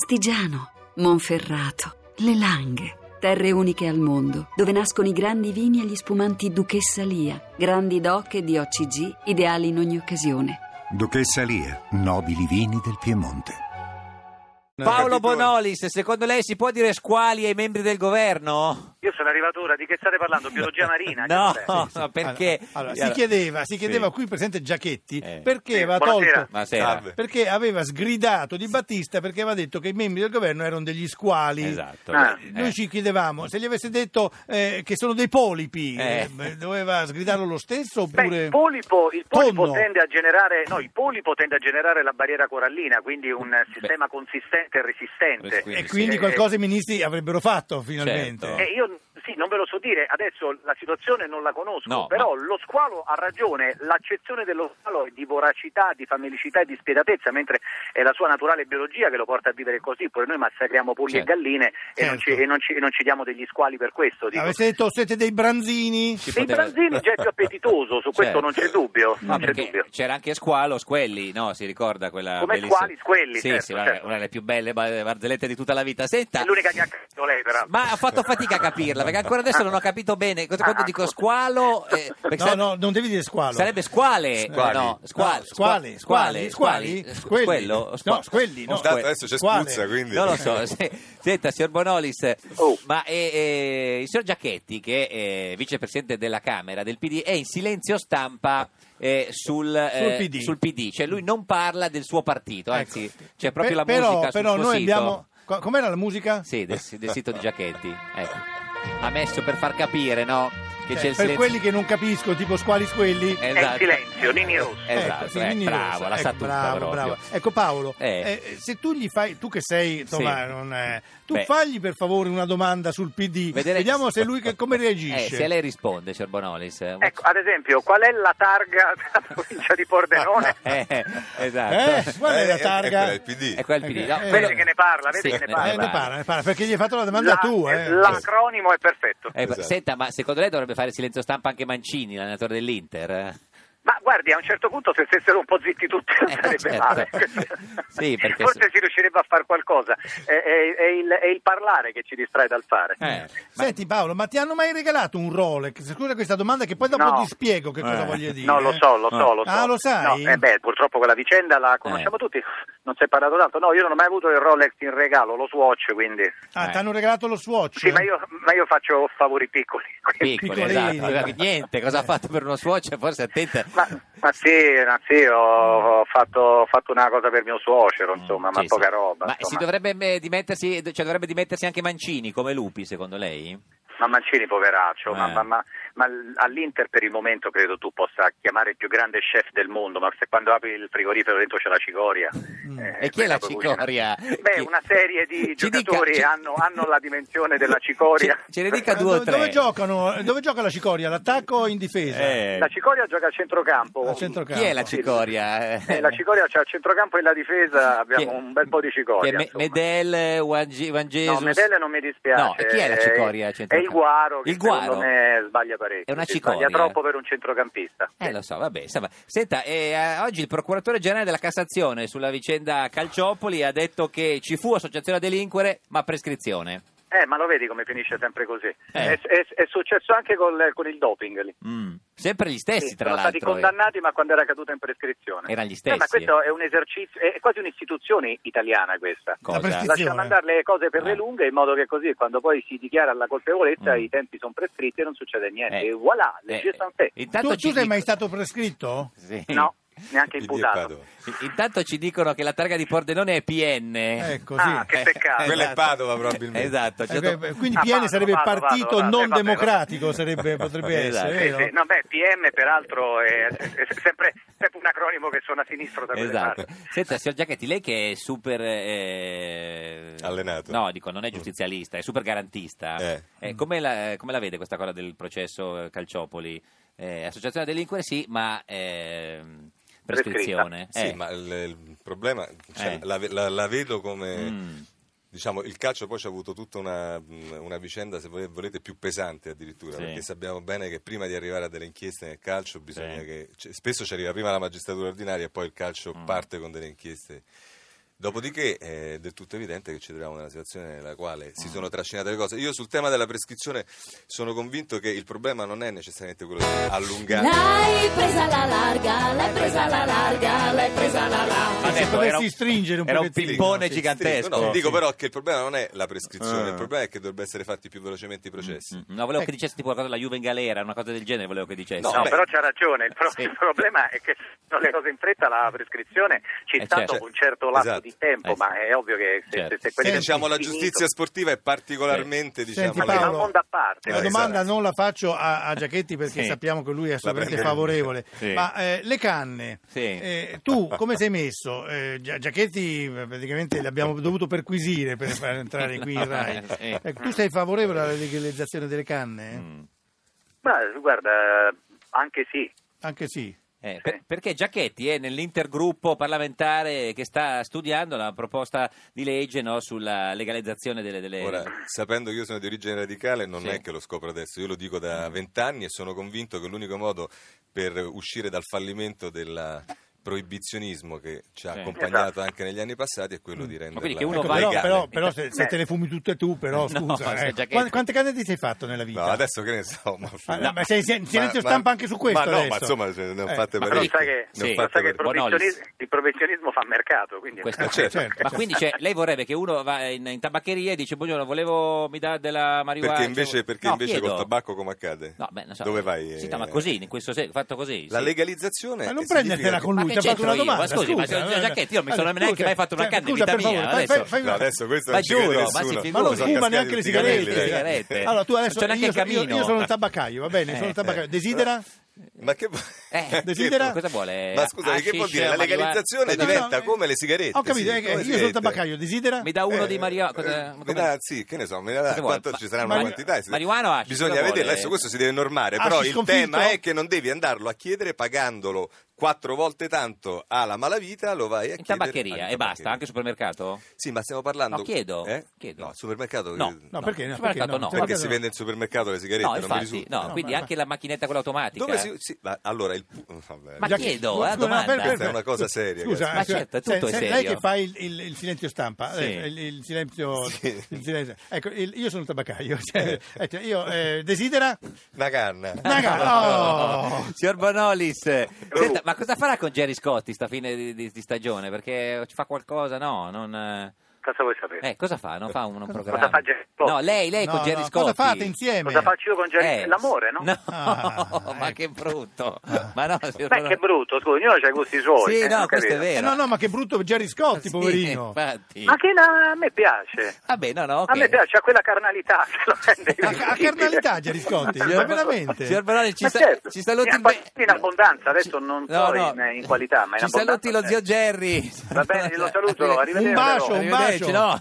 Astigiano, Monferrato, Le Langhe. Terre uniche al mondo, dove nascono i grandi vini e gli spumanti Duchessa Lia, grandi doc e di OCG, ideali in ogni occasione. Duchessa Lia, nobili vini del Piemonte. Paolo Bonolis, secondo lei si può dire squali ai membri del governo? Io sono arrivato ora, di che state parlando? Biologia marina? No, Giuseppe? no, perché? Allora, si chiedeva, si chiedeva qui presente Giachetti Eh. perché Sì, aveva buonasera. tolto Buonasera. perché aveva sgridato di Battista perché aveva detto che i membri del governo erano degli squali. Esatto. Ah. Eh. Noi ci chiedevamo se gli avesse detto eh, che sono dei polipi, Eh. eh, doveva sgridarlo lo stesso oppure Beh, il polipo, il polipo Tonno. tende a generare, no, il polipo tende a generare la barriera corallina, quindi un eh, sistema consistente e resistente. Quindi, e sì. quindi Eh, qualcosa i ministri avrebbero fatto finalmente. Certo. eh, io sì, non ve lo so dire, adesso la situazione non la conosco, No, però lo squalo ha ragione, l'accezione dello squalo è di voracità, di familicità e di spietatezza, mentre è la sua naturale biologia che lo porta a vivere così, pure noi massacriamo polli Certo. e galline e, non ci, Certo. e non ci- e non ci diamo degli squali per questo. dico. Avesse detto siete dei branzini? Ci Dei poteva- Certo. branzini già è più appetitoso, su questo non c'è dubbio, No, non c'è perché dubbio. c'era anche Squalo, Squelli, no? Si ricorda quella Come bellissima- Squali, Squelli, Sì, certo, sì, una- certo. una delle più belle ba- barzellette di tutta la vita. Senta, È l'unica che ha capito lei, peraltro. ma ha fatto fatica a capirla, perché ancora adesso non ho capito bene. Cosa- Quando Ah. dico squalo... eh, perché No, sa- no, non devi dire squalo. Sarebbe squale, Squali. no, No, squale, squali, squali, squali, squali, squelli. quello, No, squelli, no. Tanto adesso c'è Quale? Spuzza, quindi... Non lo so, se- senta signor Bonolis, Oh. ma eh, eh, il signor Giacchetti che è eh, vicepresidente della Camera del PD è in silenzio stampa eh, sul, eh, Sul PD. PD. cioè lui non parla del suo partito, anzi c'è proprio la Ecco. Pe- però, musica però sul suo noi sito. abbiamo co- com'era la musica? Sì, del, del sito di Giacchetti, ecco. ha messo per far capire no, Cioè, che c'è il per silenzio. quelli che non capiscono, tipo squali squelli. Esatto. È il silenzio, Nini Rosso. Esatto, Ecco, sì, eh, Nini bravo, Rosa. la Ecco, sa tutta bravo, proprio. bravo. Ecco Paolo, Eh. eh, se tu gli fai, tu che sei, insomma, Sì. non è- tu Beh. fagli per favore una domanda sul PD, Vedere- vediamo se lui che- come Eh, reagisce. se lei risponde, signor Bonolis. Ecco, ad esempio, qual è la targa della provincia di Pordenone? Eh, esatto. Eh, qual è la Eh, targa? eh, quella del PD. È quel PD. No, Eh, quello- vedi che ne parla, vedi che ne Eh, ne parla. parla, ne parla, perché gli hai fatto la domanda La- tu, eh. L'acronimo è perfetto. Eh, Esatto. Senta, ma secondo lei dovrebbe fare silenzio stampa anche Mancini, l'allenatore dell'Inter? Ma guardi, a un certo punto se stessero un po' zitti tutti non Eh, sarebbe certo. male. Sì, perché Forse se- si riuscirebbe a fare qualcosa. È, è- è il, è il parlare che ci distrae dal fare. Eh, Senti Paolo, ma ti hanno mai regalato un Rolex? Scusa questa domanda che poi dopo No. ti spiego che cosa Eh. voglio dire. No, lo so, lo so, lo so. Ah, lo sai? No, eh beh, purtroppo quella vicenda la conosciamo Eh. tutti, non si è parlato tanto. No, io non ho mai avuto il Rolex in regalo, lo Swatch, quindi... Ah, Eh. ti hanno regalato lo Swatch? Sì, ma io, ma io faccio favori piccoli. quindi- piccoli, piccolini. esatto. Aveva- Niente, cosa ha fatto per uno suocero? Forse attenta. Ma, ma sì, ma sì, ho, ho fatto, ho fatto una cosa per mio suocero, insomma, ma Mm. Sì, poca sì. roba. Ma si insomma. dovrebbe eh, dimettersi, cioè dovrebbe dimettersi anche Mancini come Lupi, secondo lei? Ma Mancini, poveraccio, ma, Eh. ma- ma- ma l- all'Inter per il momento credo tu possa chiamare il più grande chef del mondo, ma se quando apri il frigorifero dentro c'è la cicoria. eh, Mm. E chi è la quella poi cucina. cicoria? Beh, Chi- una serie di Ci dica- giocatori ci- hanno, hanno la dimensione della cicoria. Ce, ce ne dica Eh, due o dove, tre. dove giocano? Eh, Dove gioca la cicoria? L'attacco o in difesa? Eh, La cicoria gioca a centrocampo. A centrocampo. chi è la Sì. cicoria? Eh, la cicoria c'è al centrocampo e la difesa Chi è- abbiamo un bel po' di cicoria. chi è Me- insomma. Medel, Juan, G- Juan Jesus. No, Medelle non mi dispiace. No, e chi è la cicoria? a È il centrocampo? Guaro che Il Guaro. secondo me sbaglia parecchio. È una Sì, cicoria. Sbaglia troppo per un centrocampista. Eh, lo so, vabbè. Insomma. Senta, eh, eh, oggi il procuratore generale della Cassazione sulla vicenda Calciopoli ha detto che ci fu associazione a delinquere, ma prescrizione. Eh, ma lo vedi come finisce sempre così. Eh. È, è- è successo anche col- con il doping lì. Mm. Sempre gli stessi, Sì, tra sono stati l'altro. eh. condannati, ma quando era caduta in prescrizione. Erano gli Eh, ma stessi. questo è un esercizio, è quasi un'istituzione italiana questa. Cosa? prescrizione. Lasciamo andare le cose per Ah. le lunghe in modo che così quando poi si dichiara la colpevolezza Mm. i tempi sono prescritti e non succede niente. Eh. E voilà, le Eh, Intanto Tu, ci tu sei dic- mai stato prescritto? Sì. No, neanche PD e imputato. Padova. Intanto ci dicono che la targa di Pordenone è PN. Ecco, sì. Ah, che Eh, peccato. Quella è Padova, probabilmente. Esatto. ci Eh, do- beh, Quindi Ah, PN vado, sarebbe vado, partito vado, vado, non eh, vabbè, democratico, sarebbe- potrebbe Esatto. essere, Eh, Sì, vero? sì. No, beh, PM peraltro è, è- è sempre, sempre un acronimo che suona a sinistro da quelle Esatto. parti. Senta, signor Giacchetti, lei che è super... eh, Allenato. No, dico, non è giustizialista, è super garantista. Eh. Eh, come, la, come la vede questa cosa del processo eh, Calciopoli? Eh, associazione a delinquere sì, ma ehm, prescrizione. Sì, Eh. ma il, il problema, cioè, Eh. la, ve- la- la vedo come... Mm. Diciamo, il calcio poi c'ha avuto tutta una, una vicenda, se voi- volete, più pesante addirittura, Sì. perché sappiamo bene che prima di arrivare a delle inchieste nel calcio bisogna Sì. Mm. che... cioè, spesso ci arriva prima la magistratura ordinaria e poi il calcio parte con delle inchieste Dopodiché eh, è del tutto evidente che ci troviamo nella situazione nella quale Mm. si sono trascinate le cose. Io sul tema della prescrizione sono convinto che il problema non è necessariamente quello di allungare. L'hai presa alla larga, l'hai presa alla larga, l'hai presa alla larga. Ha detto, dovessi era un- stringere un era un pochettino, pippone sì, gigantesco. No, dico sì. però che il problema non è la prescrizione, Ah. il problema è che dovrebbero essere fatti più velocemente i processi. No, volevo che dicessi tipo qualcosa della Juve in galera, una cosa del genere volevo che dicessi. No, No, beh. però c'ha ragione, il, pro- Sì. il problema è che se sono le cose in fretta la prescrizione ci Eh, sta certo. dopo un certo lasso Esatto. di tempo, Eh, sì. ma è ovvio che se, Certo. se, se quelli Sì, del- Diciamo la finito- giustizia sportiva è particolarmente diciamo, Senti, Ma che è un Paolo, mondo a parte. La Eh, domanda esatto. non la faccio a, a Giachetti perché Sì. sappiamo che lui è assolutamente La prende. favorevole, Sì. ma eh, le canne, Sì. eh, tu come sei messo? Eh, Gia- Giachetti eh, praticamente le abbiamo dovuto perquisire per far entrare qui in Rai. No, eh, sì. Eh, tu sei favorevole alla legalizzazione delle canne? Mm. Ma guarda, anche sì. Anche sì. Eh, per- perché Giacchetti è nell'intergruppo parlamentare che sta studiando la proposta di legge no, sulla legalizzazione delle... delle... Ora, sapendo che io sono di origine radicale, non Eh. Sì. è che lo scopro adesso, io lo dico da vent'anni e sono convinto che l'unico modo per uscire dal fallimento del proibizionismo che ci ha Sì. accompagnato anche negli anni passati è quello di renderla quindi che uno Ecco, va- però, legale. però- però se, se Beh. te le fumi tutte tu, però No, scusa, se eh. Giachetti- Qua- quante canne ti sei fatto nella vita? No, adesso che ne so, ma, Ah, no, ma sei in silenzio stampa anche su questo Ma no, adesso. ma insomma ce ne ho Eh, fatte Ma Ma non sì. sai parecchie. che, Ne ho Sì. non fatte sai che il, parecchie. Bonollis. professionis- il professionismo fa mercato, quindi Questo Ma certo. certo. Ma quindi cioè, lei vorrebbe che uno va in, in tabaccheria e dice buongiorno, volevo mi dà della marijuana. cioè, Perché invece, perché No, invece chiedo. col tabacco come accade? No, beh, non so. Dove vai? eh? Sì, no, ma così, in questo senso, fatto così. La eh, sì. legalizzazione Ma non significa prendertela che- con Ma lui, che ti ha fatto una c'entro io? Ma domanda. scusi, ma se- Giacchetti, io mi sono neanche scusa, mai fatto una cioè, canna in scusa, vita per favore, mia, fai- adesso. fai- No, adesso questo Ma non ci crede giuro, ma nessuno. si figuri. Ma non Sono fuma cascati neanche le tutti i sigarette. capelli, dai. sigarette. Allora, tu adesso Non c'è neanche io, il camino. io- io sono il tabaccaio, va bene, Eh, sono il eh. tabaccaio. Desidera? Ma che Eh, desidera- cosa vuole? Ah, Ma scusami, che vuol Hashish, dire? La marijuana? legalizzazione No, no, diventa eh, come le sigarette. Ho capito, sì, eh, come io le sono il sigarette. tabaccaio, desidera? Mi dà uno Eh, di Mario. cosa- eh, ma mi come- dà, sì, che ne so, mi dà, Cosa vuole? quanto ci sarà una Mari- quantità? sì. marijuana o hashish? Bisogna Cosa vedere, vuole? adesso questo si deve normare, Hashish però il sconfitto? tema è che non devi andarlo a chiedere pagandolo quattro volte tanto alla malavita, lo vai a In chiedere tabaccheria alla e basta, Ah, tabaccheria. anche supermercato? Sì, ma stiamo parlando No, chiedo, eh? chiedo. No, al supermercato No, eh, No, perché no? Supermercato no. no? Perché Tabaccaio si no. vende al supermercato le sigarette, No, non mi infatti, risulta. no, No, quindi ma- anche la macchinetta quella automatica. Dove si, sì, ma allora il oh, vabbè. Ma Già- chiedo, scusa, eh, no, domanda. per- per- Questa è una cosa seria, Scusa, ragazzi. Ma scusa, certo, tutto è Lei serio. che fa il, il- il silenzio stampa, Sì. eh, il, il silenzio, Sì. il silenzio- Ecco, il- io sono il tabaccaio. cioè, eh, cioè, io eh, desidera? Una canna. Una canna, oh! Signor Bonolis, senta, ma cosa farà con Jerry Scotti sta fine di, di- di stagione? Perché ci fa qualcosa? No, non... eh, Cosa vuoi sapere? Eh, cosa fa? Non fa un, un programma? fa Jerry Scotti? No, lei, lei con No, Jerry no, Ecco, Scotti. Cosa fate insieme? Cosa faccio io con Jerry? Eh, L'amore, no? Ah, ecco. ma Eh, che brutto. Ma no, signor Beh, Bonolis- che brutto, scusa, ognuno ha i gusti suoi. Sì, eh, no, ho questo è capito. Eh, vero. no, no, ma che brutto Jerry Scotti, Sì, poverino. infatti. Ma che la- a me piace. Vabbè, no, no, ok. A me piace, ha quella carnalità. che lo rende Ha- ha irresistibile. carnalità Jerry Scotti, eh, ma eh, veramente. Signor Bonolis, ci Ma sta, certo, ci sta in Lotti- abbon- in abbondanza, adesso Ci- non so in- in qualità, ma in Ci saluti abbondanza, lo eh. zio Jerry. Va bene, lo saluto, Arrivederci. arrivederci. Un bacio, un bacio. Arrivederci, no.